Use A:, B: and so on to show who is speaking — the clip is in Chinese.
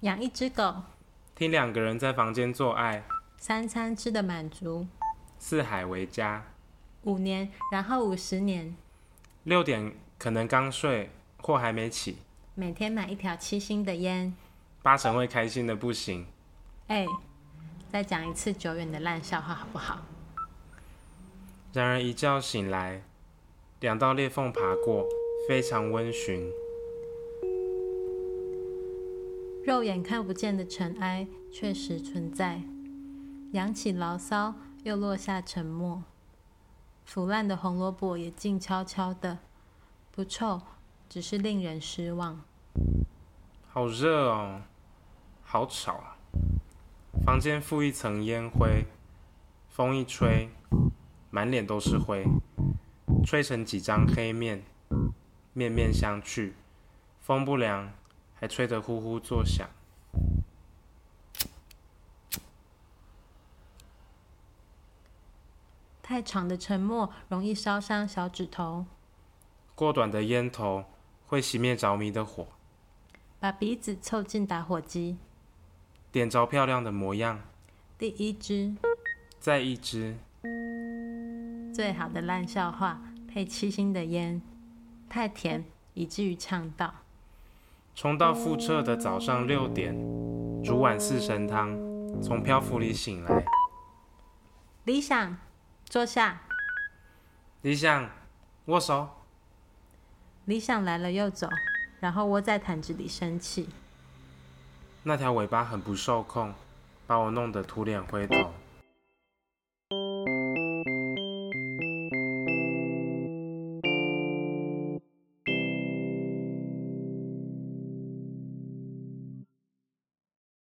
A: 养一只狗，
B: 听两个人在房间做爱，
A: 三餐吃得满足，
B: 四海为家。
A: 五年，然后五十年，
B: 六点可能刚睡或还没起，
A: 每天买一条七星的烟。
B: 八成会开心的不行。
A: 哎，再讲一次久远的烂笑话好不好？
B: 然而一觉醒来，两道裂缝爬过，非常温煦。
A: 肉眼看不见的尘埃确实存在，扬起牢骚，又落下沉默。腐烂的红萝卜也静悄悄的，不臭，只是令人失望。
B: 好热哦，好吵啊！房间附一层烟灰，风一吹，满脸都是灰，吹成几张黑面，面面相觑。风不凉，还吹得呼呼作响。
A: 太长的沉默容易烧伤小指头，
B: 过短的烟头会熄灭着迷的火，
A: 把鼻子凑近打火机。
B: 点着漂亮的模样。
A: 第一支
B: 再一支，
A: 最好的烂笑话配七星的烟，太甜以至于呛到。
B: 冲到复测的早上六点，煮碗四神汤，从漂浮里醒来。
A: 理想，坐下。
B: 理想，握手。
A: 理想来了又走，然后窝在毯子里生气。
B: 那条尾巴很不受控，把我弄得土脸灰头。